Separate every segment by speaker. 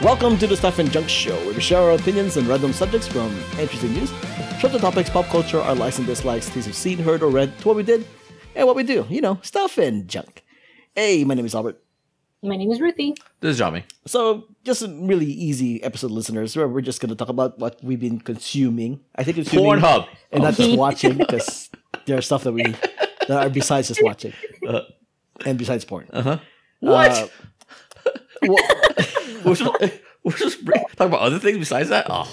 Speaker 1: Welcome to the Stuff and Junk Show, where we share our opinions on random subjects from interesting news, short to topics, pop culture, our likes and dislikes, things we've seen, heard, or read, to what we did, and what we do. You know, stuff and junk. Hey, my name is Albert.
Speaker 2: My name is Ruthie.
Speaker 3: This is Jami.
Speaker 1: So, just a really easy episode, listeners, where we're just going to talk about what we've been consuming. I think consuming
Speaker 3: Pornhub.
Speaker 1: and not just watching, because there's stuff that we that are besides just watching
Speaker 3: Uh.
Speaker 1: and besides porn.
Speaker 3: Uh-huh. What?
Speaker 1: Uh, well, uh,
Speaker 3: we're just, we're just re- talking about other things besides that. Oh,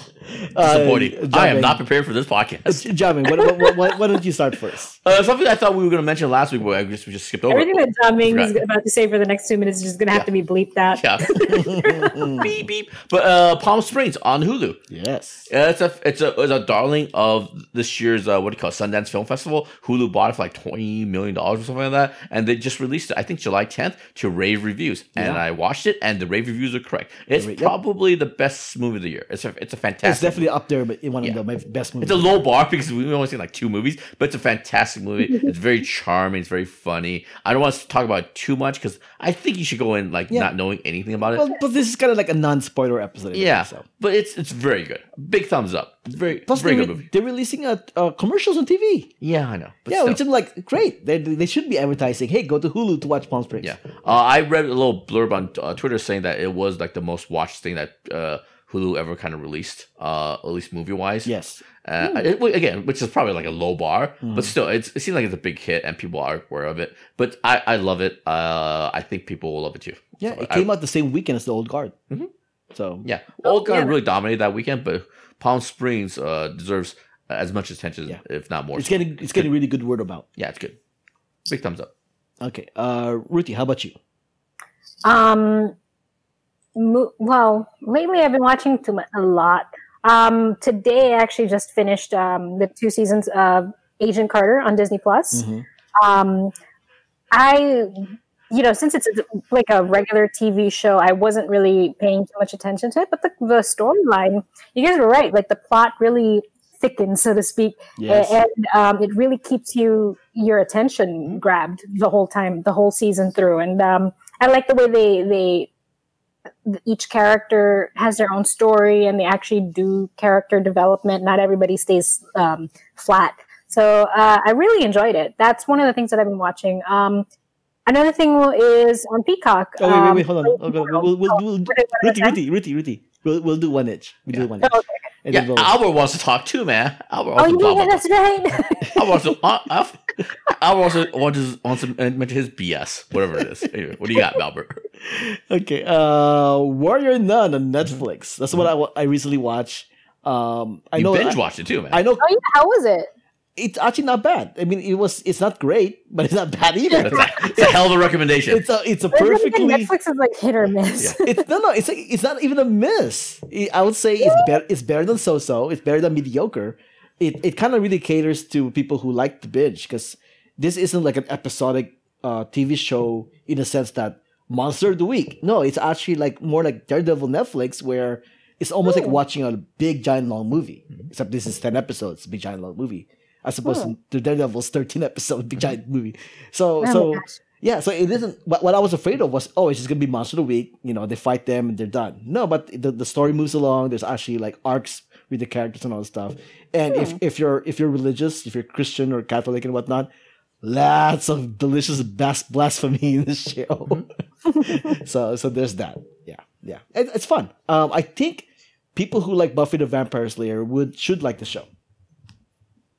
Speaker 1: Uh,
Speaker 3: disappointing. I am
Speaker 1: Jamin.
Speaker 3: not prepared for this podcast.
Speaker 1: J- Jamin, what, what, what, what, why don't you start first?
Speaker 3: Uh, something I thought we were going to mention last week, but I just we just skipped over.
Speaker 2: Everything that John Ming
Speaker 3: Forgot.
Speaker 2: is about to say for the next two minutes is just going to have to be bleeped out.
Speaker 3: Yeah. beep beep. But uh, Palm Springs on Hulu.
Speaker 1: yes.
Speaker 3: Yeah, it's a it's a it's a darling of this year's uh, what do you call it, Sundance Film Festival. Hulu bought it for like twenty million dollars or something like that, and they just released it. I think July tenth to rave reviews, and
Speaker 1: Yeah.
Speaker 3: I watched it, and the rave reviews are correct. It's
Speaker 1: Yep.
Speaker 3: probably the best movie of the year. It's a it's a fantastic.
Speaker 1: It's definitely up there, but in one
Speaker 3: Yeah.
Speaker 1: of the my best movies.
Speaker 3: It's a low bar because we've only seen like two movies, but it's a fantastic movie. It's very charming. It's very funny. I don't want to talk about it too much because I think you should go in like
Speaker 1: Yeah.
Speaker 3: not knowing anything about it.
Speaker 1: well, but this is kind of like a non-spoiler episode. I think,
Speaker 3: yeah,
Speaker 1: So.
Speaker 3: but it's it's very good. Big thumbs up. It's very
Speaker 1: Plus,
Speaker 3: very
Speaker 1: they
Speaker 3: good
Speaker 1: re-
Speaker 3: movie.
Speaker 1: they're releasing a, uh, commercials on TV.
Speaker 3: Yeah, I know. But
Speaker 1: yeah,
Speaker 3: still.
Speaker 1: which I'm like, great. They, they should be advertising. Hey, go to Hulu to watch Palm Springs.
Speaker 3: Yeah, uh, I read a little blurb on uh, Twitter saying that it was like the most watched thing that uh, Hulu ever kind of released, uh, at least movie wise.
Speaker 1: Yes.
Speaker 3: uh,
Speaker 1: Hmm.
Speaker 3: it- well, again, which is probably like a low bar, but still, it's, it seems like it's a big hit and people are aware of it. But I, I love it. Uh, I think people will love it too.
Speaker 1: Yeah.
Speaker 3: So
Speaker 1: it
Speaker 3: I-
Speaker 1: came out the same weekend as The Old Guard.
Speaker 3: Mhm.
Speaker 1: So
Speaker 3: yeah, Old Guard
Speaker 2: yeah.
Speaker 3: really dominated that weekend, but Palm Springs uh, deserves as much attention,
Speaker 1: Yeah.
Speaker 3: if not more.
Speaker 1: it's getting it's getting really good word about.
Speaker 3: yeah, it's good. Big thumbs up.
Speaker 1: Okay. Uh, Ruthie, how about you?
Speaker 2: Um, mo- well, lately I've been watching too much, a lot. Um, today I actually just finished um, the two seasons of Agent Carter on Disney Plus.
Speaker 3: Mm-hmm.
Speaker 2: Um, I, you know, since it's like a regular TV show, I wasn't really paying too much attention to it. But the, the storyline, you guys were right. Like the plot really thickens, so to speak.
Speaker 1: Yes.
Speaker 2: A- and um, it really keeps you your attention grabbed the whole time the whole season through and um, i like the way they they each character has their own story and they actually do character development not everybody stays um, flat so uh, i really enjoyed it that's one of the things that i've been watching um, another thing is on peacock
Speaker 1: oh wait, wait, wait,
Speaker 2: um,
Speaker 1: hold on. Oh, God, we'll, we'll, we'll,
Speaker 2: what is- what is
Speaker 1: Ruthie, Ruthie,
Speaker 2: that?
Speaker 1: Ruthie, Ruthie. We'll, we'll do one inch. We will do one inch.
Speaker 2: Oh, okay.
Speaker 1: And
Speaker 3: yeah,
Speaker 1: then we'll-
Speaker 3: Albert wants to talk too, man. Albert wants to talk
Speaker 2: oh
Speaker 3: about
Speaker 2: yeah that's right
Speaker 3: I also, I, I, I also want uh, to want to mention his BS, whatever it is. Anyway, what do you got, Albert?
Speaker 1: Okay, uh, Warrior Nun on Netflix. That's what I, wa- I recently watched. Um, I
Speaker 3: Mm-hmm. You
Speaker 1: know,
Speaker 3: binge
Speaker 1: I,
Speaker 3: watched it too, man.
Speaker 1: I know
Speaker 2: oh yeah how was it
Speaker 1: it's actually not bad. I mean, it was it's not great, but it's not bad either.
Speaker 3: That's a, it's a hell of a recommendation.
Speaker 1: It's a it's a
Speaker 2: I think
Speaker 1: perfectly.
Speaker 2: netflix is like hit or miss
Speaker 3: Yeah.
Speaker 1: It's no no. It's like, it's not even a miss. I- I would say it's better. It's better than so so. It's better than mediocre. It it kind of really caters to people who like to binge because this isn't like an episodic uh, TV show in the sense that Monster of the Week. No, it's actually like more like Daredevil Netflix where it's almost like
Speaker 2: Hmm.
Speaker 1: watching a big giant long movie. Except this is ten episodes, big giant long movie. As opposed
Speaker 2: Hmm.
Speaker 1: to Daredevil's thirteen episode big giant movie. So
Speaker 2: Oh my
Speaker 1: so
Speaker 2: gosh.
Speaker 1: yeah, so it isn't. What, what I was afraid of was, oh, it's just gonna be monster of the week. You know, they fight them and they're done. No, but the, the story moves along. There's actually like arcs with the characters and all that stuff. And if,
Speaker 2: Hmm.
Speaker 1: if you're if you're religious, if you're Christian or Catholic and whatnot, lots of delicious bas- blasphemy in this show. so so there's that. Yeah, yeah, it, it's fun. Um, I think people who like Buffy the Vampire Slayer would should like the show.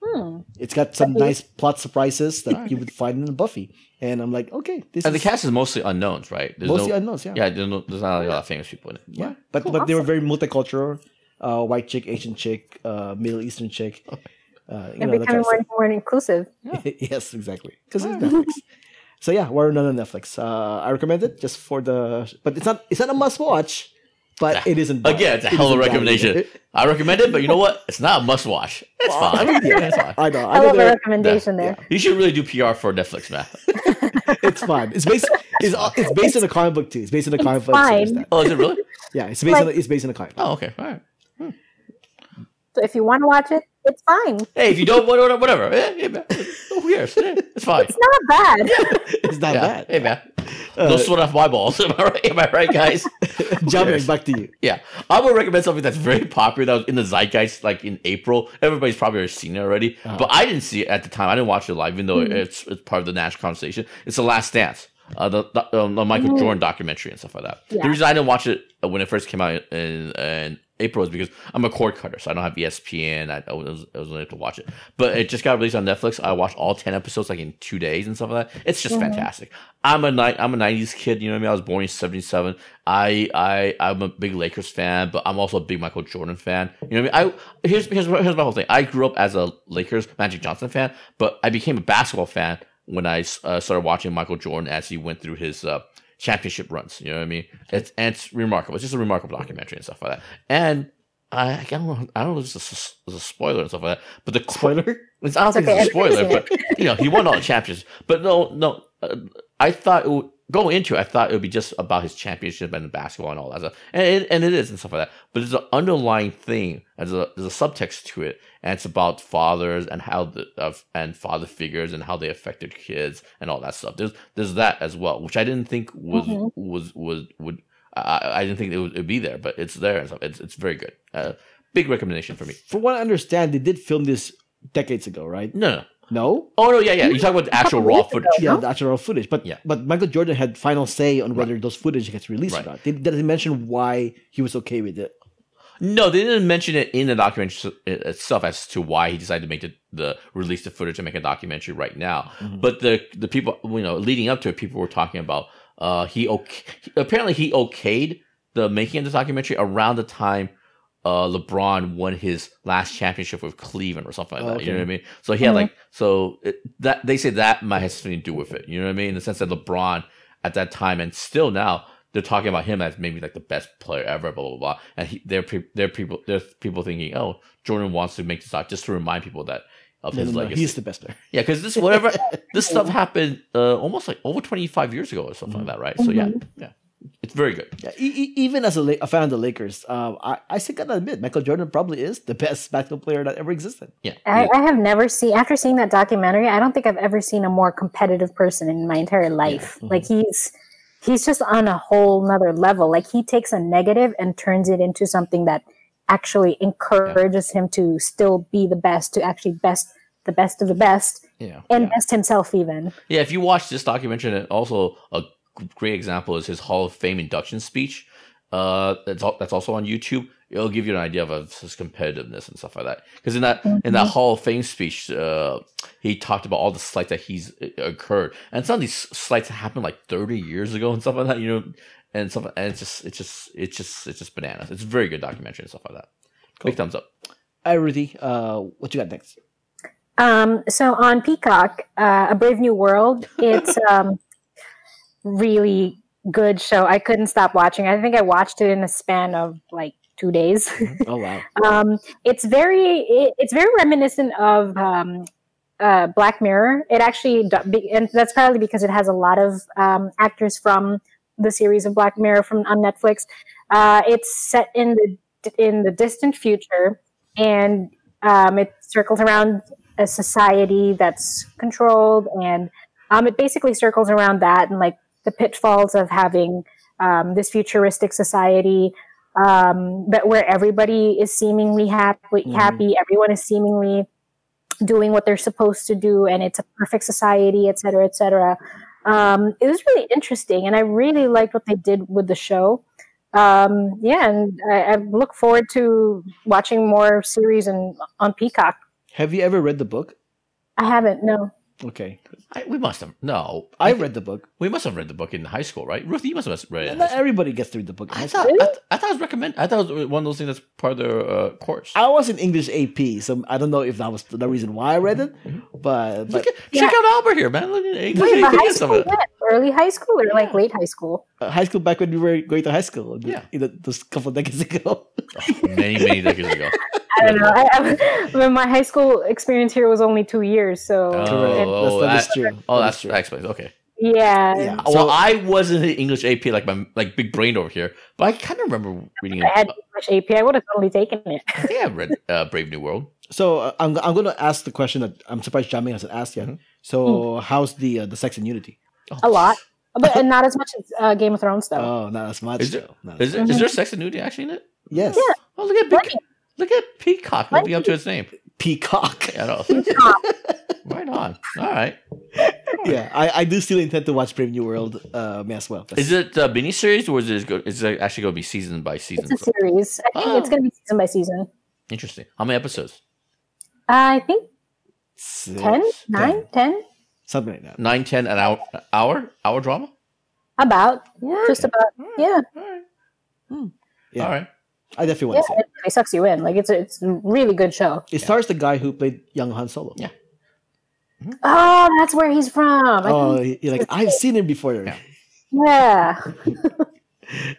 Speaker 2: Hmm.
Speaker 1: It's got some
Speaker 2: Okay.
Speaker 1: nice plot surprises that you would find in Buffy. And I'm like, okay, this
Speaker 3: and the
Speaker 1: is
Speaker 3: cast is mostly unknowns, right? There's
Speaker 1: mostly
Speaker 3: no,
Speaker 1: unknowns. Yeah,
Speaker 3: yeah, there's, no, there's not a lot of famous people in it.
Speaker 1: yeah. But
Speaker 2: Cool,
Speaker 1: but they were very multicultural, uh, white chick, Asian chick, uh, Middle Eastern chick. Uh, you
Speaker 2: they're
Speaker 1: know, that kind
Speaker 2: becoming
Speaker 1: of
Speaker 2: more, more inclusive
Speaker 1: stuff. yes, exactly. Because it's Netflix. So yeah, we're not on Netflix. Uh, I recommend it just for the, but it's not it's not a must watch, but it isn't bad.
Speaker 3: Again, it's a
Speaker 1: It
Speaker 3: hell
Speaker 1: isn't
Speaker 3: of a
Speaker 1: bad
Speaker 3: recommendation.
Speaker 1: either.
Speaker 3: I recommend it, but you know what? It's not a must watch. It's
Speaker 1: Well, I
Speaker 3: fine.
Speaker 1: mean, yeah.
Speaker 3: It's fine.
Speaker 1: I know.
Speaker 2: I
Speaker 1: I know
Speaker 2: love the
Speaker 1: they're-
Speaker 2: recommendation
Speaker 1: yeah,
Speaker 2: there.
Speaker 3: You should really do PR for Netflix, man.
Speaker 1: it's fine. It's based. It's, all- it's based on a comic book too. It's based on a comic book. so there's
Speaker 2: fine.
Speaker 1: that.
Speaker 3: Oh, is it really?
Speaker 1: Yeah, it's based on. a- It's based on a comic. book.
Speaker 3: Oh, okay. All right.
Speaker 2: So if you want to watch it, it's fine.
Speaker 3: Hey, if you don't, whatever. whatever. Eh, eh, man. Who cares? Eh, It's fine.
Speaker 2: It's not bad.
Speaker 1: It's not
Speaker 3: yeah.
Speaker 1: bad. Uh,
Speaker 3: Hey, man. Those sweat off my balls. Am I right? Am I right, guys?
Speaker 1: Jumping back to you.
Speaker 3: Yeah, I would recommend something that's very popular that was in the zeitgeist, like in April. Everybody's probably already seen it already,
Speaker 1: Uh-huh.
Speaker 3: but I didn't see it at the time. I didn't watch it live, even though it's it's part of the Nash conversation. It's the Last Dance, uh, the, the, um, the Michael
Speaker 2: Mhm.
Speaker 3: Jordan documentary and stuff like that.
Speaker 2: Yeah.
Speaker 3: The reason I didn't watch it uh, when it first came out in, in April is because I'm a cord cutter, so I don't have E ESPN. I, I was I was able to watch it, but it just got released on Netflix. I watched all ten episodes like in two days and stuff like that. It's just
Speaker 2: Mhm.
Speaker 3: fantastic. I'm a ni- I'm a '90s kid. You know what I mean? I was born in '77. I I I'm a big Lakers fan, but I'm also a big Michael Jordan fan. You know what I mean? I here's here's here's my whole thing. I grew up as a Lakers Magic Johnson fan, but I became a basketball fan when I uh, started watching Michael Jordan as he went through his uh, championship runs. You know what I mean? It's and it's remarkable. It's just a remarkable documentary and stuff like that. And I, I don't know. I don't know if this is a, is a spoiler and stuff like that. But the qu-
Speaker 1: Spoiler.
Speaker 3: it's, I don't
Speaker 2: It's
Speaker 3: think it's a
Speaker 2: okay.
Speaker 3: spoiler, but you know, he won all the championships. But no, no, uh, I thought it would, going into it, I thought it would be just about his championship and basketball and all that stuff, and it, and it is and stuff like that. But there's an underlying thing, and there's a, there's a subtext to it, and it's about fathers and how the of and father figures and how they affected kids and all that stuff. There's there's that as well, which I didn't think was
Speaker 2: Mhm.
Speaker 3: was was would. I, I didn't think it would it'd be there, but it's there and stuff. It's it's very good. Uh, big recommendation for me.
Speaker 1: From what I understand, they did film this decades ago, right?
Speaker 3: No, no,
Speaker 1: No.
Speaker 3: Oh no, yeah, yeah. You talk about the actual
Speaker 2: Couple
Speaker 3: raw
Speaker 2: weeks
Speaker 3: footage.
Speaker 1: Yeah,
Speaker 2: Huh?
Speaker 1: the actual footage. But
Speaker 3: Yeah.
Speaker 1: but Michael Jordan had final say on whether those footage gets released
Speaker 3: Right.
Speaker 1: or not. They didn't mention why he was okay with it.
Speaker 3: No, they didn't mention it in the documentary s- itself as to why he decided to make the, the release the footage and make a documentary right now.
Speaker 1: Mhm.
Speaker 3: But the the people you know leading up to it, people were talking about uh he okay, apparently he okayed the making of the documentary around the time uh LeBron won his last championship with Cleveland or something like
Speaker 1: Oh,
Speaker 3: that. You know
Speaker 1: okay. Mm-hmm.
Speaker 3: what I mean? So he had
Speaker 2: Mhm.
Speaker 3: like so it, that they say that might have something to do with it. You know what I mean? In the sense that LeBron at that time and still now they're talking about him as maybe like the best player ever, blah blah blah. And he, they're pe- they're people they're people thinking, oh, Jordan wants to make this out just to remind people that of
Speaker 1: No,
Speaker 3: his
Speaker 1: no, no,
Speaker 3: legacy.
Speaker 1: he's the best player.
Speaker 3: yeah, because this whatever this stuff happened uh, almost like over twenty five years ago or something like that, right? So yeah, yeah, it's very good.
Speaker 1: Yeah, e- e- even as a, La- a fan of the Lakers, um, I, I still gotta admit, Michael Jordan probably is the best basketball player that ever existed.
Speaker 3: Yeah,
Speaker 2: I, I have never seen after seeing that documentary. I don't think I've ever seen a more competitive person in my entire life.
Speaker 1: Mm-hmm.
Speaker 2: Like he's he's just on a whole nother level. Like he takes a negative and turns it into something that actually encourages him to still be the best, to actually best the best of the best,
Speaker 3: yeah.
Speaker 2: and
Speaker 3: yeah.
Speaker 2: best himself even.
Speaker 3: Yeah, if you watch this documentary, and also a g- great example is his Hall of Fame induction speech. Uh, that's al- that's also on YouTube. It'll give you an idea of of his competitiveness and stuff like that. Because in that in that Hall of Fame speech, uh, he talked about all the slights that he's uh, occurred, and some of these slights happened like thirty years ago and stuff like that. You know, and stuff, and it's just it's just it's just it's just bananas. It's a very good documentary and stuff like that. Big thumbs up.
Speaker 1: All right, Ruthie, uh, what you got next?
Speaker 2: Um, so on Peacock, uh, A Brave New World, it's um, really good show. I couldn't stop watching. I think I watched it in a span of like two days.
Speaker 1: Oh wow,
Speaker 2: um, it's very it, it's very reminiscent of um, uh, Black Mirror. It actually do- be- and that's probably because it has a lot of um, actors from the series of Black Mirror from on Netflix. Uh, it's set in the in the distant future, and um, it circles around a society that's controlled, and um, it basically circles around that and like the pitfalls of having um, this futuristic society um, but where everybody is seemingly happy,
Speaker 1: Mhm.
Speaker 2: happy, everyone is seemingly doing what they're supposed to do, and it's a perfect society, et cetera, et cetera. Um, it was really interesting, and I really liked what they did with the show. Um, yeah, and I, I look forward to watching more series and on Peacock.
Speaker 1: have you ever read the book?
Speaker 2: I haven't, no.
Speaker 1: Okay,
Speaker 3: I, we must have no.
Speaker 1: I
Speaker 3: think-
Speaker 1: read the book.
Speaker 3: We must have read the book in high school, right? Ruth, you must have read it. in high
Speaker 1: Not everybody gets to read the book.
Speaker 3: I thought I, th- I thought it was recommended. I thought it was one of those things that's part of their uh, course.
Speaker 1: I was in English AP, so I don't know if that was the reason why I read it,
Speaker 3: Mm-hmm.
Speaker 1: but,
Speaker 3: Look
Speaker 1: but
Speaker 3: at, Check out Albert here, man. Look at English
Speaker 2: Wait, but
Speaker 3: AP
Speaker 2: high
Speaker 3: and stuff
Speaker 2: school,
Speaker 3: like that.
Speaker 2: when? early high school or like late high school?
Speaker 1: uh, high school back when we were going to high school,
Speaker 3: Yeah.
Speaker 1: you know, those couple of decades ago.
Speaker 3: many many decades ago.
Speaker 2: I don't know. I, I, when my high school experience here was only two years, so
Speaker 3: Oh, oh,
Speaker 1: that is
Speaker 3: that-
Speaker 1: true.
Speaker 3: Oh,
Speaker 1: That
Speaker 3: that's
Speaker 1: is true.
Speaker 3: that explains. Okay.
Speaker 2: yeah,
Speaker 1: Yeah.
Speaker 3: well,
Speaker 1: So-
Speaker 3: I wasn't in English AP like my like big brain over here, but I kind of remember reading.
Speaker 2: I had
Speaker 3: it.
Speaker 2: much AP, I would have totally taken it.
Speaker 3: I think I read uh, Brave New World.
Speaker 1: So uh, I'm I'm going to ask the
Speaker 2: Mm.
Speaker 1: question that I'm surprised Jamming hasn't asked yet.
Speaker 3: Mhm.
Speaker 1: So how's the uh, the sex and unity?
Speaker 3: Oh,
Speaker 2: A lot. but and not as much as uh, Game of Thrones though.
Speaker 1: Oh, not as much.
Speaker 3: Is it-
Speaker 1: though. Not
Speaker 3: Is,
Speaker 1: as
Speaker 3: there
Speaker 2: Mm-hmm.
Speaker 1: much.
Speaker 3: is there sex and nudity actually in it?
Speaker 1: Yes.
Speaker 2: Yeah.
Speaker 3: Oh, look at
Speaker 2: Plenty.
Speaker 3: Peacock. Look at Peacock living up to his name.
Speaker 1: Peacock.
Speaker 3: Yeah, no, right on. All right.
Speaker 1: yeah, I, I do still intend to watch Brave New World uh, as well.
Speaker 3: Is it a mini series or is it, go, is it actually going to be season by season?
Speaker 2: it's a series. I think
Speaker 3: Oh.
Speaker 2: it's going to be season by season.
Speaker 3: Interesting. How many episodes?
Speaker 2: I think
Speaker 1: Six,
Speaker 2: 10, 9, 10,
Speaker 1: Something like that.
Speaker 3: Nine, ten, an hour, hour, hour drama.
Speaker 2: about
Speaker 3: Word.
Speaker 2: just about. Yeah,
Speaker 3: All right.
Speaker 1: Yeah.
Speaker 3: All right.
Speaker 1: I definitely
Speaker 2: yeah,
Speaker 1: want to see
Speaker 2: it really sucks you in. Like it's a, it's a really good show.
Speaker 1: it. It stars the guy who played young Han Solo.
Speaker 3: Yeah.
Speaker 2: Oh, that's where he's from. I
Speaker 1: Oh,
Speaker 2: think-
Speaker 1: you're like I've seen him before.
Speaker 3: Yeah.
Speaker 2: yeah.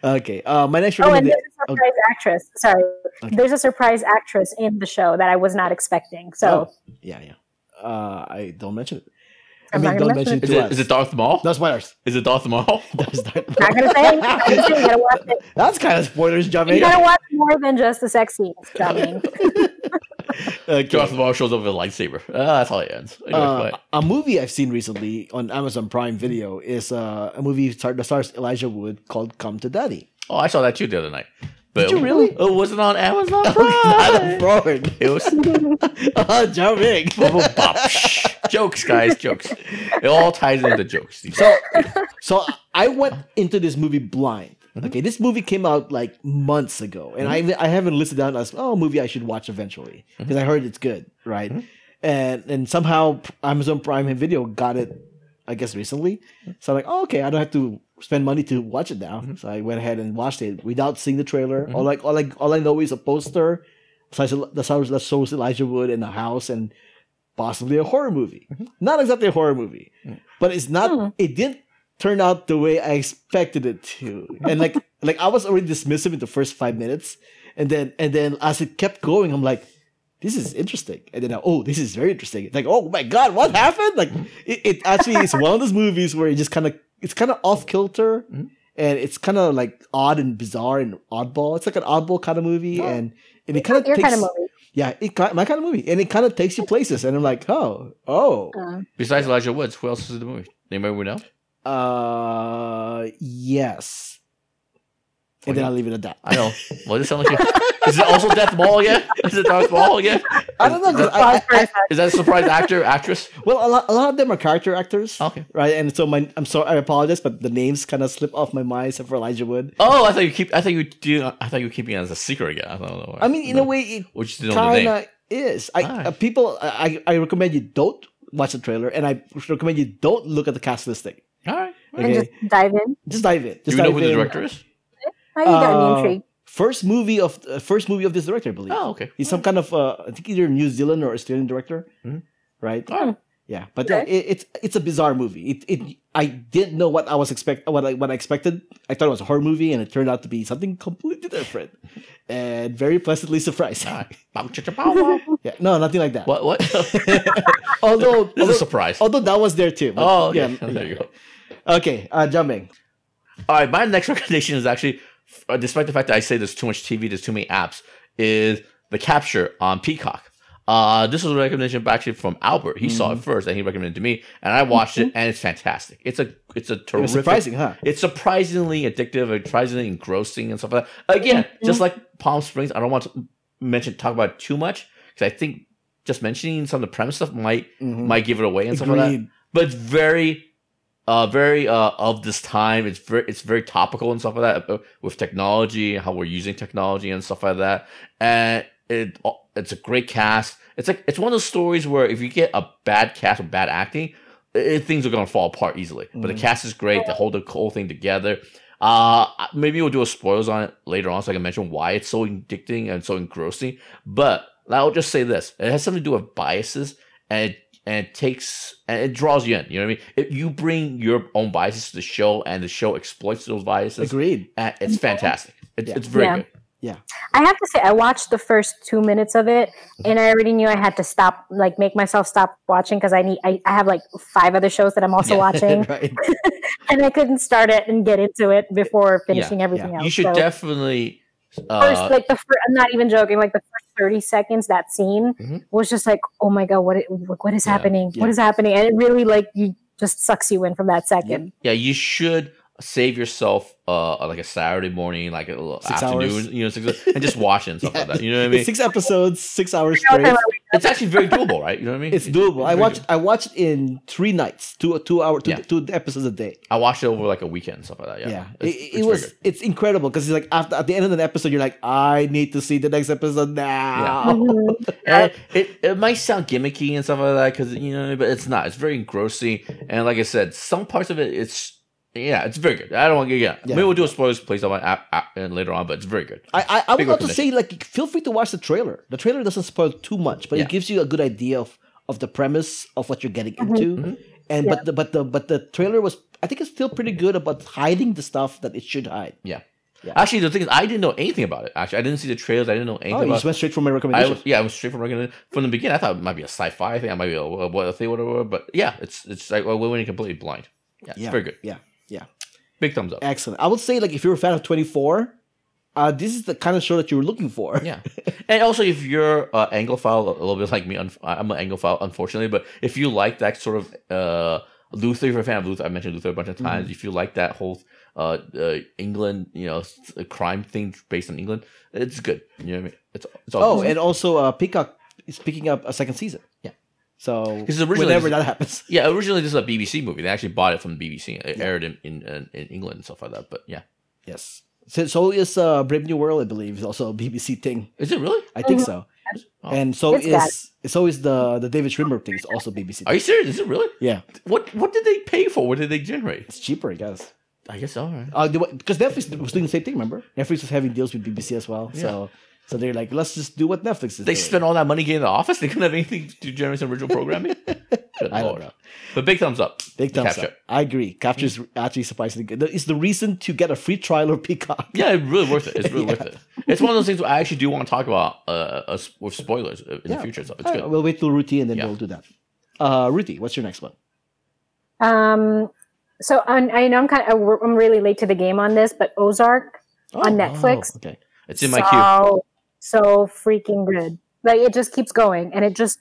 Speaker 1: Okay. Uh, my next
Speaker 2: Oh, and
Speaker 1: recommendation.
Speaker 2: there's a surprise actress. Sorry,
Speaker 1: Okay.
Speaker 2: there's a surprise actress in the show that I was not expecting. So
Speaker 1: Oh, yeah, yeah. Uh, I don't mention it. I
Speaker 2: I'm
Speaker 1: mean,
Speaker 2: not gonna
Speaker 1: don't
Speaker 2: mention
Speaker 1: mention it
Speaker 2: it.
Speaker 3: Is
Speaker 1: to us.
Speaker 3: it, is it Darth Maul?
Speaker 1: no spoilers.
Speaker 3: Is it Darth Maul?
Speaker 1: That's, not-
Speaker 2: not gonna say. it. Not gonna say it. You gotta watch it.
Speaker 1: That's kind of spoilers, Javi.
Speaker 2: You gotta watch more than just the sex scenes. Johnny.
Speaker 3: Darth Maul shows up with a lightsaber. Ah, that's how it ends. Anyway, go
Speaker 1: Uh,
Speaker 3: ahead.
Speaker 1: a movie I've seen recently on Amazon Prime Video is uh, a movie star- that stars Elijah Wood called "Come to Daddy."
Speaker 3: oh, I saw that too the other night. But
Speaker 1: you really?
Speaker 3: It wasn't on Amazon
Speaker 1: Not a
Speaker 3: Prime.
Speaker 1: fraud.
Speaker 3: it was
Speaker 1: Oh, Javi.
Speaker 3: Bop. Shh. jokes, guys, jokes. It all ties into jokes. These-
Speaker 1: So, so I went into this movie blind.
Speaker 3: Mm-hmm.
Speaker 1: Okay, this movie came out like months ago, and I I haven't listed down as oh a movie I should watch eventually because
Speaker 3: Mm-hmm.
Speaker 1: I heard it's good, right? And and somehow Amazon Prime Video got it, I guess recently. So I'm like, oh, okay, I don't have to spend money to watch it now. So I went ahead and watched it without seeing the trailer. All like all like all I know is a poster, such a- that shows that shows Elijah Wood in a house and possibly a horror movie. Not exactly a horror movie, but it's not.
Speaker 2: Hmm.
Speaker 1: It didn't turn out the way I expected it to, and like like I was already dismissive in the first five minutes, and then and then as it kept going, I'm like. This is interesting, and then I, oh, this is very interesting. It's like, oh my god, what happened? Like, it, it actually is one of those movies where it just kind of it's kind of off kilter,
Speaker 3: Mhm.
Speaker 1: and it's kind of like odd and bizarre and oddball. It's like an oddball kind of movie,
Speaker 3: Oh.
Speaker 1: and and it kind of
Speaker 2: Your
Speaker 1: takes
Speaker 2: kind of movie.
Speaker 1: yeah, it ki- my kind of movie, and it kind of takes you places. And I'm like, oh, oh,
Speaker 2: Uh,
Speaker 3: Besides Elijah Woods, who else is in the movie? Anybody know?
Speaker 1: uh, yes. And then I'll leave it at that.
Speaker 3: I know. What does it sound like? Is it also Death Maul again? Is it Darth Maul again?
Speaker 1: I don't know. 'cause I, I-
Speaker 2: pause for a sec.
Speaker 3: Is that a surprise actor, actress?
Speaker 1: well, a lot, a lot of them are character actors,
Speaker 3: Okay.
Speaker 1: right? And so my, I'm sorry, I apologize, but the names kind of slip off my mind, except for Elijah Wood.
Speaker 3: Oh, I thought you keep. I thought you do. I thought you were keeping it as a secret again. I don't know.
Speaker 1: I mean, in a way, it
Speaker 3: which is on the
Speaker 1: kind
Speaker 3: name.
Speaker 1: of is. I,
Speaker 3: Alright.
Speaker 1: uh, people, I, I I recommend you don't watch the trailer, and I recommend you don't look at the cast listing.
Speaker 3: All right.
Speaker 2: And
Speaker 1: Okay,
Speaker 2: just dive in.
Speaker 1: just dive in.
Speaker 3: Do
Speaker 1: Just
Speaker 3: you know
Speaker 1: dive
Speaker 3: who the
Speaker 1: in.
Speaker 3: director is?
Speaker 2: Now you got
Speaker 1: Uh,
Speaker 2: me intrigued.
Speaker 1: First movie of uh, first movie of this director, I believe.
Speaker 3: Oh, okay.
Speaker 1: He's some kind of uh, I think either New Zealand or Australian director,
Speaker 3: Mhm.
Speaker 1: right?
Speaker 3: All right.
Speaker 1: Yeah, but
Speaker 2: Okay.
Speaker 1: yeah, it, it's it's a bizarre movie. It it I didn't know what I was expect what I what I expected. I thought it was a horror movie, and it turned out to be something completely different, and very pleasantly surprised.
Speaker 3: All right. Bow, cha, cha, bow, wow.
Speaker 1: Yeah, no, nothing like that.
Speaker 3: What? What?
Speaker 1: although
Speaker 3: This is a
Speaker 1: although,
Speaker 3: surprise.
Speaker 1: although that was there too. but
Speaker 3: Oh, yeah.
Speaker 1: oh, yeah.
Speaker 3: There you go.
Speaker 1: Okay, uh, jumping.
Speaker 3: All right, my next recommendation is actually, uh, despite the fact that I say there's too much TV, there's too many apps, is The Capture on Peacock. Uh, this was a recommendation but actually from Albert. He saw
Speaker 1: Mm-hmm.
Speaker 3: it first and he recommended it to me, and I watched it, and it's fantastic. It's a it's a
Speaker 1: It was
Speaker 3: terrific.
Speaker 1: surprising, huh?
Speaker 3: It's surprisingly addictive, surprisingly engrossing, and stuff like that. Again, just like Palm Springs, I don't want to mention talk about it too much because I think just mentioning some of the premise stuff might
Speaker 1: Mhm.
Speaker 3: might give it away and stuff like that
Speaker 1: Agreed.
Speaker 3: but it's very uh very uh of this time it's very it's very topical and stuff like that uh, with technology how we're using technology and stuff like that and it uh, it's a great cast it's like it's one of those stories where if you get a bad cast or bad acting it, things are gonna fall apart easily but the
Speaker 1: Mhm.
Speaker 3: cast is great they hold the whole thing together uh maybe we'll do a spoilers on it later on so i can mention why it's so addicting and so engrossing but i'll just say this it has something to do with biases and it and it takes and it draws you in. You know what I mean? If you bring your own biases to the show and the show exploits those biases,
Speaker 1: Agreed.
Speaker 3: uh, it's fantastic. It's,
Speaker 1: Yeah.
Speaker 3: it's very
Speaker 2: Yeah.
Speaker 3: good.
Speaker 2: I have to say, I watched the first two minutes of it,
Speaker 1: Uh-huh.
Speaker 2: and I already knew I had to stop, like, make myself stop watching because I need. I, I have like five other shows that I'm also
Speaker 3: Yeah.
Speaker 2: watching,
Speaker 1: right.
Speaker 2: and I couldn't start it and get into it before finishing everything else.
Speaker 3: You should
Speaker 2: so.
Speaker 3: definitely.
Speaker 2: First,
Speaker 3: Uh,
Speaker 2: like the first, I'm not even joking. Like the first 30 seconds, that scene
Speaker 3: Mhm.
Speaker 2: was just like, oh my god, what? i- What is
Speaker 3: Yeah.
Speaker 2: happening?
Speaker 1: Yeah.
Speaker 2: What is happening? And it really like you just sucks you in from that second.
Speaker 3: Yeah, you should save yourself uh like a Saturday morning, like a little
Speaker 1: Six
Speaker 3: afternoon,
Speaker 1: hours.
Speaker 3: you know, six, and just watch it and stuff
Speaker 1: Yeah.
Speaker 3: like that. You know what I mean?
Speaker 1: Six episodes, six hours straight.
Speaker 3: It's actually very doable, right? You know what I mean?
Speaker 1: It's doable. I
Speaker 3: very
Speaker 1: watched.
Speaker 3: doable.
Speaker 1: I watched in three nights, two two hour, two,
Speaker 3: Yeah.
Speaker 1: two episodes a day.
Speaker 3: I watched it over like a weekend and stuff like that. Yeah,
Speaker 1: Yeah, it,
Speaker 3: It's-
Speaker 1: it
Speaker 3: it's very
Speaker 1: was.
Speaker 3: good.
Speaker 1: It's incredible because it's like after at the end of an episode, you're like, I need to see the next episode now.
Speaker 3: Oh.
Speaker 2: Mhm.
Speaker 1: Uh,
Speaker 3: And it, it might sound gimmicky and stuff like that because you know, but it's not. It's very engrossing, and like I said, some parts of it, it's yeah, it's very good. I don't want to yeah.
Speaker 1: Yeah.
Speaker 3: Maybe we'll do a spoilers place on uh, uh, and later on, but it's very good.
Speaker 1: I I, I would
Speaker 3: Big
Speaker 1: love to say like, feel free to watch the trailer. The trailer doesn't spoil too much, but
Speaker 3: Yeah.
Speaker 1: it gives you a good idea of of the premise of what you're getting
Speaker 2: Mhm.
Speaker 1: into.
Speaker 3: Mhm.
Speaker 1: And
Speaker 2: Yeah.
Speaker 1: but the but the but the trailer was. I think it's still pretty good about hiding the stuff that it should hide.
Speaker 3: Actually, the thing is, I didn't know anything about it. Actually, I didn't see the trailers. I didn't know anything
Speaker 1: Oh, you
Speaker 3: about.
Speaker 1: just went straight for my
Speaker 3: I
Speaker 1: recommendation.
Speaker 3: was, yeah, I was straight from regular from the beginning. I thought it might be a sci-fi thing. I might be a, a, a thing, whatever. But yeah, it's it's like well, we went in completely blind. Yeah, it's
Speaker 1: Yeah,
Speaker 3: very good.
Speaker 1: yeah, yeah.
Speaker 3: Big thumbs up.
Speaker 1: Excellent. I would say like if you're a fan of 24, uh, this is the kind of show that you were looking for.
Speaker 3: Yeah, and also if you're uh, Anglophile, a little bit like me, unf I'm an Anglophile, unfortunately. But if you like that sort of uh, Luther, if you're a fan of Luther, I mentioned Luther a bunch of times.
Speaker 1: Mm-hmm.
Speaker 3: If you like that whole uh, uh, England, you know, s- uh, crime thing based in England, it's good. You know what I mean? It's it's all
Speaker 1: Oh,
Speaker 3: good.
Speaker 1: and also uh, Peacock is picking up a second season.
Speaker 3: Yeah.
Speaker 1: So
Speaker 3: Because originally
Speaker 1: whenever
Speaker 3: this-
Speaker 1: that happens.
Speaker 3: Yeah, originally this is a BBC movie. They actually bought it from the BBC. It aired in, in in in England and stuff like that. But yeah,
Speaker 1: Yes. So, so is uh, Brave New World, I believe, is also a BBC thing.
Speaker 3: is it really?
Speaker 1: I think
Speaker 2: Mhm.
Speaker 1: so.
Speaker 3: Oh.
Speaker 1: And so
Speaker 2: It's got
Speaker 1: is so is the the David Schwimmer thing is also BBC.
Speaker 3: Are you serious? Is it really?
Speaker 1: Yeah.
Speaker 3: What what did they pay for? What did they generate?
Speaker 1: It's cheaper, I guess.
Speaker 3: I guess all right.
Speaker 1: Uh, they wa- because Netflix was doing the same thing. Remember, Netflix was having deals with BBC as well. So so they're like, let's just do what Netflix is.
Speaker 3: They
Speaker 1: doing.
Speaker 3: spent all that money getting the office. They couldn't have anything to generate some original programming. Good
Speaker 1: I don't
Speaker 3: lord.
Speaker 1: know.
Speaker 3: But big thumbs up.
Speaker 1: Big thumbs
Speaker 3: Capture.
Speaker 1: up. I agree. Capture is actually surprisingly good. It's the reason to get a free trial of Peacock.
Speaker 3: Yeah, it's really worth it. It's really
Speaker 1: Yeah.
Speaker 3: worth it. It's one of those things where I actually do want to talk about uh, uh with spoilers in the
Speaker 1: Yeah.
Speaker 3: future. and stuff. it's good.
Speaker 1: We'll wait till Ruti and then
Speaker 3: Yeah.
Speaker 1: we'll do that. Uh, Ruti, what's your next one?
Speaker 2: Um, so on, I know I'm kind of I'm really late to the game on this, but Ozark On Netflix.
Speaker 1: oh, okay.
Speaker 3: It's in my queue.
Speaker 2: so, So freaking good. Like it just keeps going, and it just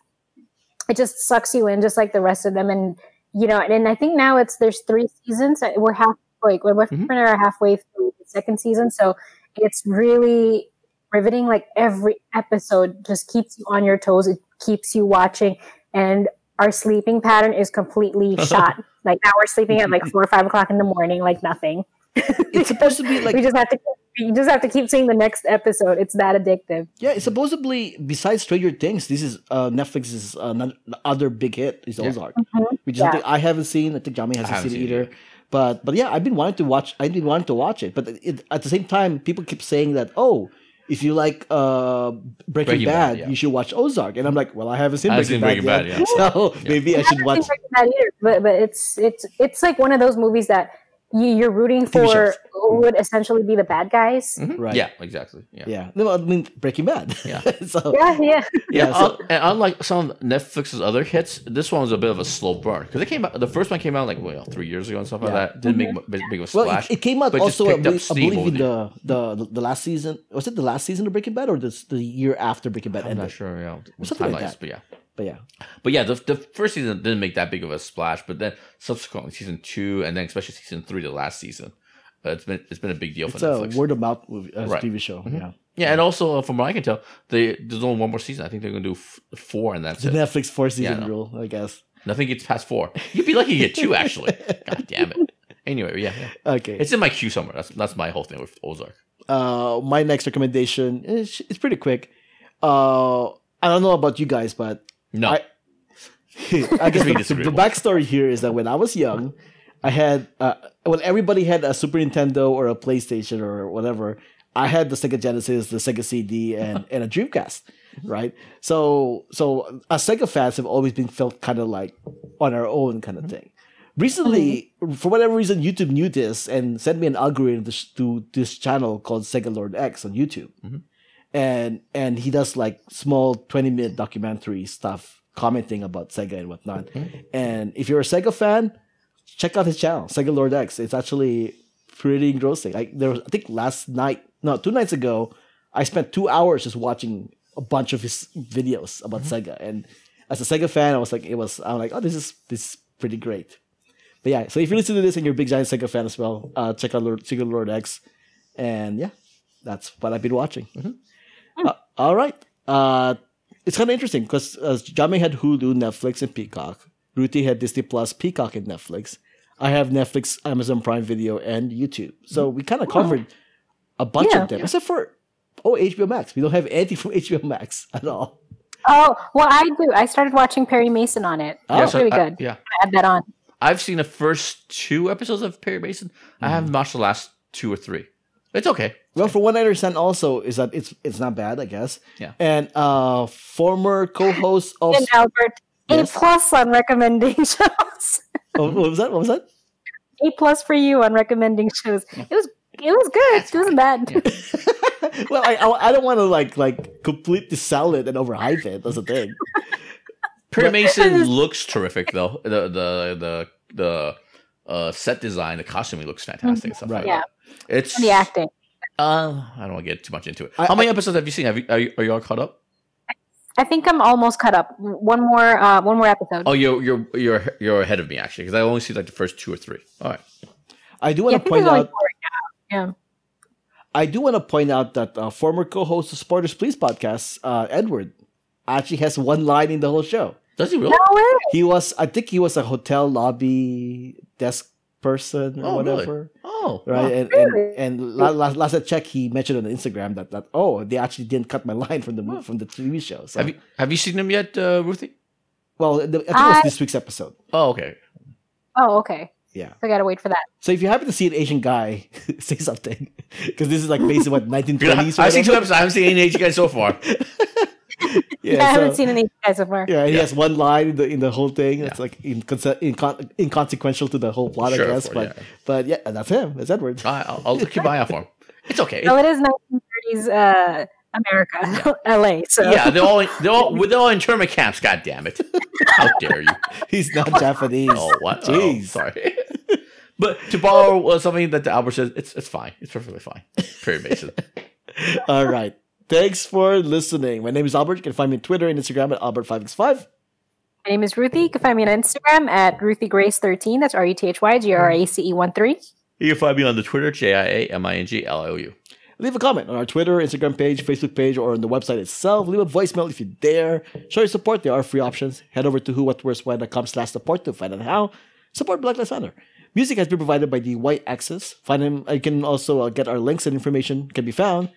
Speaker 2: it just sucks you in, just like the rest of them. And you know, and, I think now it's there's three seasons. Uh, We're half like we're
Speaker 3: Mhm.
Speaker 2: we're halfway through the second season, so it's really riveting. Like every episode just keeps you on your toes. It keeps you watching, and our sleeping pattern is completely shot. Like now we're sleeping at like four or five o'clock in the morning, like nothing.
Speaker 1: It's supposed to be
Speaker 2: we
Speaker 1: like
Speaker 2: just have to you just have to keep seeing the next episode. It's that addictive.
Speaker 1: yeah. It's supposedly besides Stranger Things, this is uh, Netflix's uh, non- other big hit is
Speaker 3: Yeah.
Speaker 1: Ozark,
Speaker 2: Mhm.
Speaker 1: which is
Speaker 2: Yeah.
Speaker 1: something I haven't seen. I think Jami
Speaker 3: I
Speaker 1: hasn't
Speaker 3: haven't
Speaker 1: seen it
Speaker 3: seen it
Speaker 1: either. But but yeah, I've been wanting to watch. I've been wanting to watch it. But it, at the same time, people keep saying that oh. If you like uh, Breaking,
Speaker 3: Breaking Bad,
Speaker 1: Bad,
Speaker 3: yeah.
Speaker 1: you should watch Ozark. And I'm like, well, I haven't seen
Speaker 3: I haven't
Speaker 1: Breaking,
Speaker 3: seen
Speaker 1: Bad,
Speaker 3: Breaking
Speaker 1: yet,
Speaker 3: Bad,
Speaker 1: so
Speaker 3: Yeah.
Speaker 1: maybe I
Speaker 2: I
Speaker 1: should
Speaker 2: haven't
Speaker 1: watch.
Speaker 2: seen Breaking Bad either, but but it's it's it's like one of those movies that you, you're rooting for
Speaker 1: shows. Mm-hmm.
Speaker 2: who would essentially be the bad guys.
Speaker 3: Mhm.
Speaker 1: Right.
Speaker 3: Yeah, exactly. Yeah.
Speaker 1: Yeah, no, I mean Breaking Bad.
Speaker 3: Yeah.
Speaker 1: so
Speaker 2: Yeah, yeah.
Speaker 3: Yeah,
Speaker 1: Yeah, so-
Speaker 3: un- and unlike some of Netflix's other hits, this one was a bit of a slow burn because it came out. The first one came out like well, three years ago and stuff like
Speaker 1: Yeah. Mm-hmm.
Speaker 3: that. Didn't make mu- big, big of a
Speaker 1: Well,
Speaker 3: splash.
Speaker 1: it, it came out
Speaker 3: but just
Speaker 1: also, I
Speaker 3: picked up
Speaker 1: believe, I
Speaker 3: steam
Speaker 1: believe in
Speaker 3: over
Speaker 1: the, the the the last season. Was it the last season of Breaking Bad or just the year after Breaking Bad
Speaker 3: I'm
Speaker 1: ended?
Speaker 3: not sure. Yeah, with
Speaker 1: Something like
Speaker 3: timelines,
Speaker 1: that.
Speaker 3: but yeah,
Speaker 1: But yeah,
Speaker 3: but yeah, the, the first season didn't make that big of a splash, but then subsequently season two and then especially season three, the last season, uh, it's been it's been a big deal
Speaker 1: it's
Speaker 3: for
Speaker 1: a
Speaker 3: Netflix.
Speaker 1: word of mouth movie, uh,
Speaker 3: Right.
Speaker 1: TV show.
Speaker 3: Mhm.
Speaker 1: Yeah,
Speaker 3: yeah, and also uh, from what I can tell, they there's only one more season. I think they're gonna do f- four, and that's
Speaker 1: the
Speaker 3: it.
Speaker 1: Netflix four season
Speaker 3: I know.
Speaker 1: rule, I guess.
Speaker 3: Nothing gets past four. You'd be lucky to get two actually. God damn it. Anyway, yeah, yeah,
Speaker 1: Okay,
Speaker 3: it's in my queue somewhere. That's that's my whole thing with Ozark.
Speaker 1: uh, my next recommendation is it's pretty quick. Uh, I don't know about you guys, but
Speaker 3: No,
Speaker 1: I- I guess the,
Speaker 3: Very
Speaker 1: the
Speaker 3: disagreeable.
Speaker 1: backstory here is that when I was young, I had uh, well everybody had a Super Nintendo or a PlayStation or whatever. I had the Sega Genesis, the Sega CD, and and a Dreamcast, right? So so as Sega fans have always been felt kind of like on our own kind of thing. Recently, for whatever reason, YouTube knew this and sent me an algorithm to, sh- to this channel called Sega Lord X on YouTube and and he does like small 20 minute documentary stuff commenting about sega and whatnot and if you're a sega fan check out his channel sega lord x it's actually pretty engrossing like there was i think last night no two nights ago i spent two hours just watching a bunch of his videos about sega and as a sega fan i was like it was i'm like oh this is this is pretty great But yeah, so if you listen to this and you're a big giant Sega fan as well, uh, check out Lord, Secret Lord X, and yeah, that's what I've been watching. Mhm. Uh, all right, uh, it's kind of interesting because uh, Jami had Hulu, Netflix, and Peacock. Ruti had Disney Plus, Peacock, and Netflix. I have Netflix, Amazon Prime Video, and YouTube. So we kind of covered a bunch
Speaker 2: Yeah.
Speaker 1: of them, except for oh HBO Max. We don't have anything from HBO Max at all.
Speaker 2: Oh, well, I do. I started watching Perry Mason on it.
Speaker 1: Oh.
Speaker 3: yeah,
Speaker 2: That's really
Speaker 3: I-
Speaker 2: good.
Speaker 3: yeah,
Speaker 2: Add that on.
Speaker 3: I've seen the first two episodes of Perry Mason. I
Speaker 1: Mm.
Speaker 3: haven't watched the last two or three. It's okay.
Speaker 1: Well, from what I understand, also is that it's it's not bad, I guess.
Speaker 3: Yeah.
Speaker 1: And uh, former co-host of,
Speaker 2: And Albert,
Speaker 1: Yes.
Speaker 2: A plus on recommending shows.
Speaker 1: of- oh, what was that? What was that?
Speaker 2: A plus for you on recommending shows. It was it was good. it wasn't bad.
Speaker 3: Yeah.
Speaker 1: well, I, I I don't want to like like completely sell it and overhype it. That's the thing.
Speaker 3: Perry
Speaker 1: But-
Speaker 3: Mason looks terrific though. The the the the uh, set design, the costuming looks fantastic. and Stuff
Speaker 1: Right.
Speaker 3: like
Speaker 2: Yeah.
Speaker 3: that. It's
Speaker 2: And the acting.
Speaker 3: Uh, I don't want to get too much into it.
Speaker 1: I-
Speaker 3: How many episodes have you seen? Have you, are, you, are you all caught up?
Speaker 2: I think I'm almost caught up. One more uh, one more episode.
Speaker 3: Oh, you're you're you're you're ahead of me actually because I only see like the first two or three. All right.
Speaker 1: I do
Speaker 2: Yeah,
Speaker 1: want
Speaker 2: I
Speaker 1: to
Speaker 2: think
Speaker 1: point
Speaker 2: there's only
Speaker 1: out.
Speaker 2: four.
Speaker 1: I do want to point out that uh, former co-host of Spoilers Please podcast, uh, Edward, actually has one line in the whole show.
Speaker 3: Does he really?
Speaker 2: No way.
Speaker 1: He was, I think, he was a hotel lobby desk person or
Speaker 3: Oh, really?
Speaker 1: whatever.
Speaker 3: Oh,
Speaker 1: right?
Speaker 3: wow.
Speaker 1: And,
Speaker 2: Really?
Speaker 1: and and la- last last I checked, he mentioned on Instagram that that oh they actually didn't cut my line from the mo-
Speaker 2: Hmm.
Speaker 3: Huh.
Speaker 1: from the TV show. So
Speaker 3: Have you have you seen them yet, uh, Ruthie?
Speaker 1: well, the, I think it was
Speaker 2: I-
Speaker 1: this week's episode.
Speaker 3: Oh, okay.
Speaker 2: Oh, okay.
Speaker 1: Yeah.
Speaker 2: So I gotta wait for that.
Speaker 1: So if you happen to see an Asian guy, say something because this is like based on what nineteen
Speaker 3: Dude, I,
Speaker 1: twenties.
Speaker 3: I've seen two episodes. I haven't seen any age guys so far.
Speaker 1: Yeah,
Speaker 2: I haven't
Speaker 1: so-
Speaker 2: seen any guys so far.
Speaker 1: Yeah, and he
Speaker 3: Yeah.
Speaker 1: has one line in the in the whole thing. That's
Speaker 3: Yeah.
Speaker 1: like inconse- incon- inconsequential to the whole plot,
Speaker 3: Sure,
Speaker 1: I guess.
Speaker 3: for-
Speaker 1: But
Speaker 3: yeah.
Speaker 1: but yeah, and that's him. That's Edward.
Speaker 3: I, I'll, I'll keep my eye out for him. It's okay.
Speaker 2: Well, it is 1930s uh, America, LA. So
Speaker 3: Yeah, they're all they're all they're all internment camps. God damn it! How dare you?
Speaker 1: He's not Japanese.
Speaker 3: Oh, what? Oh,
Speaker 1: Jeez.
Speaker 3: sorry. But to borrow uh, something that the Albert says, it's it's fine. It's perfectly fine. Perry Mason.
Speaker 1: All right. Thanks for listening. My name is Albert. You can find me on Twitter and Instagram at Albert565.
Speaker 2: my name is Ruthie. You can find me on Instagram at RuthieGrace13. That's R U T H Y G R A C E 1 3.
Speaker 3: You can find me on the Twitter, J I A M I N G L I O U.
Speaker 1: Leave a comment on our Twitter, Instagram page, Facebook page, or on the website itself. Leave a voicemail if you dare. Show your support. There are free options. Head over to whowhatwhereswhy.com slash support to find out how. Support Black Lives Matter. Music has been provided by the White Axis. Find them. You can also uh, get our links and information can be found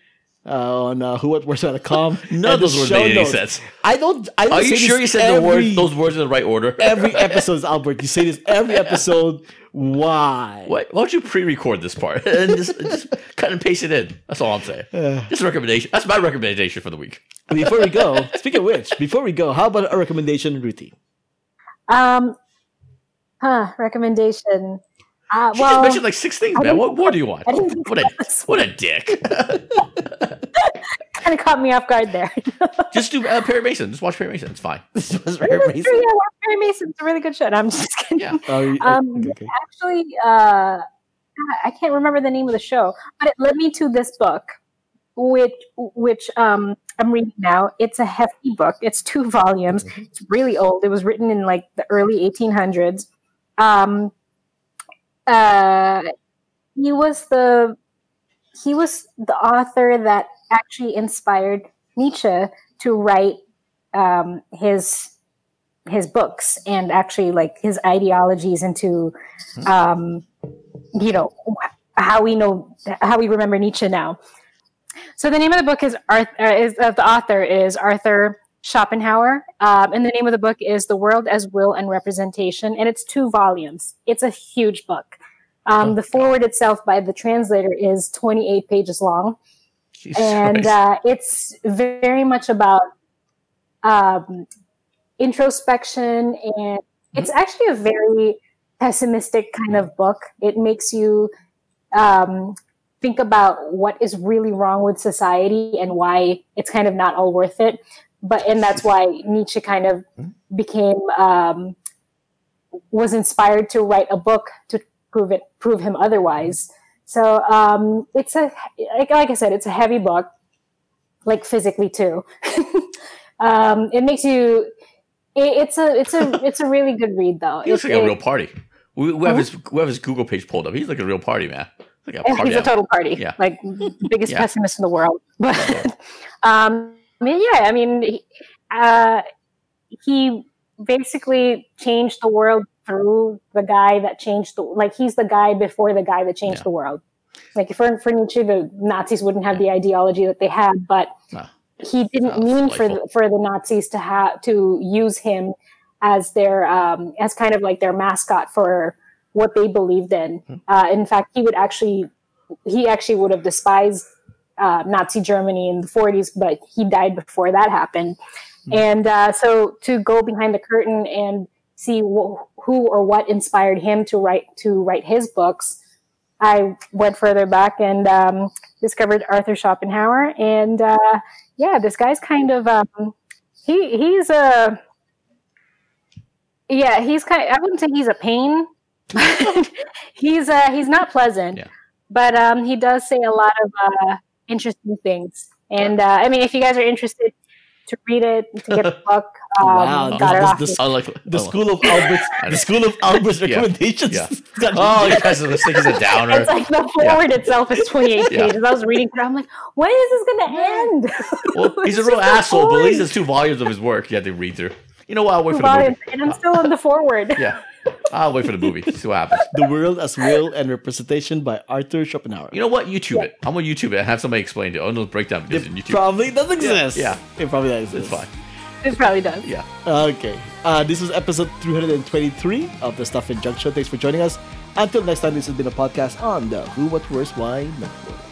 Speaker 1: uh, on uh, whowhatwhereswhy.com.
Speaker 3: None of
Speaker 1: And the
Speaker 3: those words
Speaker 1: show
Speaker 3: made any
Speaker 1: notes.
Speaker 3: sense.
Speaker 1: I don't. I don't
Speaker 3: Are
Speaker 1: say
Speaker 3: you
Speaker 1: this
Speaker 3: sure you said the
Speaker 1: every-
Speaker 3: word, those words in the right order?
Speaker 1: every episode, Albert. You say this every episode. Why?
Speaker 3: What? Why don't you pre-record this part and just, just cut and paste it in? That's all I'm saying. Just a recommendation. That's my recommendation for the week.
Speaker 1: Uh, Before we go, speaking of which, before we go, how about a recommendation, Ruthie?
Speaker 2: Um, huh, recommendation. Uh,
Speaker 3: She just
Speaker 2: well,
Speaker 3: mentioned like six things,
Speaker 2: I
Speaker 3: man.
Speaker 2: didn't-
Speaker 3: What more do you want?
Speaker 2: I didn't-
Speaker 3: What a what a dick.
Speaker 2: kind of caught me off guard there.
Speaker 3: just do uh, Perry Mason. Just watch Perry Mason. It's fine.
Speaker 1: This was
Speaker 2: It
Speaker 1: very
Speaker 2: is
Speaker 1: racist.
Speaker 2: true, yeah, well, Perry Mason's a really good show. No, I'm just kidding.
Speaker 3: Yeah.
Speaker 1: Oh, you-
Speaker 2: Um,
Speaker 1: okay, okay.
Speaker 2: Actually, uh, God, I can't remember the name of the show, but it led me to this book, which which um, I'm reading now. It's a hefty book. It's two volumes. It's really old. It was written in like the early 1800s. Um, uh, he was the he was the author that actually inspired Nietzsche to write um, his his books and actually like his ideologies into um, you know how we know how we remember Nietzsche now. So the name of the book is Arthur is of the author is Arthur Schopenhauer, um, and the name of the book is The World as Will and Representation, and it's two volumes. It's a huge book. Um, the foreword itself by the translator is 28 pages long
Speaker 3: Jesus
Speaker 2: and
Speaker 3: Christ.
Speaker 2: uh, it's very much about um, introspection and it's actually a very pessimistic kind of book it makes you um, think about what is really wrong with society and why it's kind of not all worth it but and that's why nietzsche kind of became um, was inspired to write a book to prove it prove him otherwise so um, it's a like, like I said, it's a heavy book, like physically too. um, it makes you. It, it's a it's a it's a really good read though.
Speaker 3: he looks
Speaker 2: It-
Speaker 3: like a
Speaker 2: it-
Speaker 3: real party. We, we have his we have his Google page pulled up. He's like a real party man. Like a party
Speaker 2: he's a
Speaker 3: animal.
Speaker 2: total party.
Speaker 3: Oh, Yeah.
Speaker 2: Like the biggest
Speaker 3: Yeah.
Speaker 2: pessimist in the world. But um, I mean, yeah, I mean, he, uh, he basically changed the world through the guy that changed the like he's the guy before the guy that changed
Speaker 3: Yeah.
Speaker 2: the world. Like for for Nietzsche, the Nazis wouldn't have the ideology that they had, but
Speaker 3: No.
Speaker 2: he didn't
Speaker 3: No, it's
Speaker 2: mean for the,
Speaker 3: delightful.
Speaker 2: for the Nazis to have to use him as their um, as kind of like their mascot for what they believed in.
Speaker 3: Hmm.
Speaker 2: Uh, in fact, he would actually he actually would have despised uh, Nazi Germany in the 40s, but he died before that happened.
Speaker 3: Hmm.
Speaker 2: And uh, so to go behind the curtain and see wh- who or what inspired him to write to write his books, I went further back and um, discovered Arthur Schopenhauer. And uh, yeah, this guy's kind of um, he he's a yeah he's kind. I wouldn't say he's a pain. he's uh, he's not pleasant,
Speaker 3: Yeah.
Speaker 2: but um, he does say a lot of uh, interesting things. And uh, I mean, if you guys are interested to read it to get the book, um,
Speaker 1: Wow,
Speaker 2: got it
Speaker 1: this-
Speaker 2: off.
Speaker 1: this-
Speaker 3: I like
Speaker 1: The
Speaker 3: Oh, I
Speaker 1: school of Albert's
Speaker 3: like-
Speaker 1: the school of Albert's recommendations.
Speaker 3: Yeah.
Speaker 1: Got-
Speaker 3: Oh, you guys are this thing is a downer.
Speaker 2: It's like the forward itself is 28
Speaker 3: Yeah.
Speaker 2: pages. I was reading through. I'm like, when is this going to end?
Speaker 3: Well, he's a
Speaker 2: It's
Speaker 3: real
Speaker 2: just a
Speaker 3: asshole, but at least
Speaker 2: point.
Speaker 3: there's two volumes of his work you have to read through. You know what? I'll wait for the
Speaker 2: Volume,
Speaker 3: movie.
Speaker 2: and I'm still on the forward.
Speaker 3: Yeah. I'll wait for the movie. See what happens.
Speaker 1: The World as Will and Representation by Arthur Schopenhauer.
Speaker 3: You know what? YouTube it. I'm gonna YouTube it and have somebody explain it. Oh no, breakdown because in
Speaker 1: it
Speaker 3: YouTube.
Speaker 1: probably doesn't exist.
Speaker 3: yeah.
Speaker 1: It probably doesn't
Speaker 3: It's
Speaker 1: exist.
Speaker 3: fine.
Speaker 2: It probably does.
Speaker 3: Yeah.
Speaker 1: Okay. Uh, this was episode 323 of the Stuff and Junk Show. Thanks for joining us. Until next time, this has been a podcast on the Who, What, Where's, Why Network.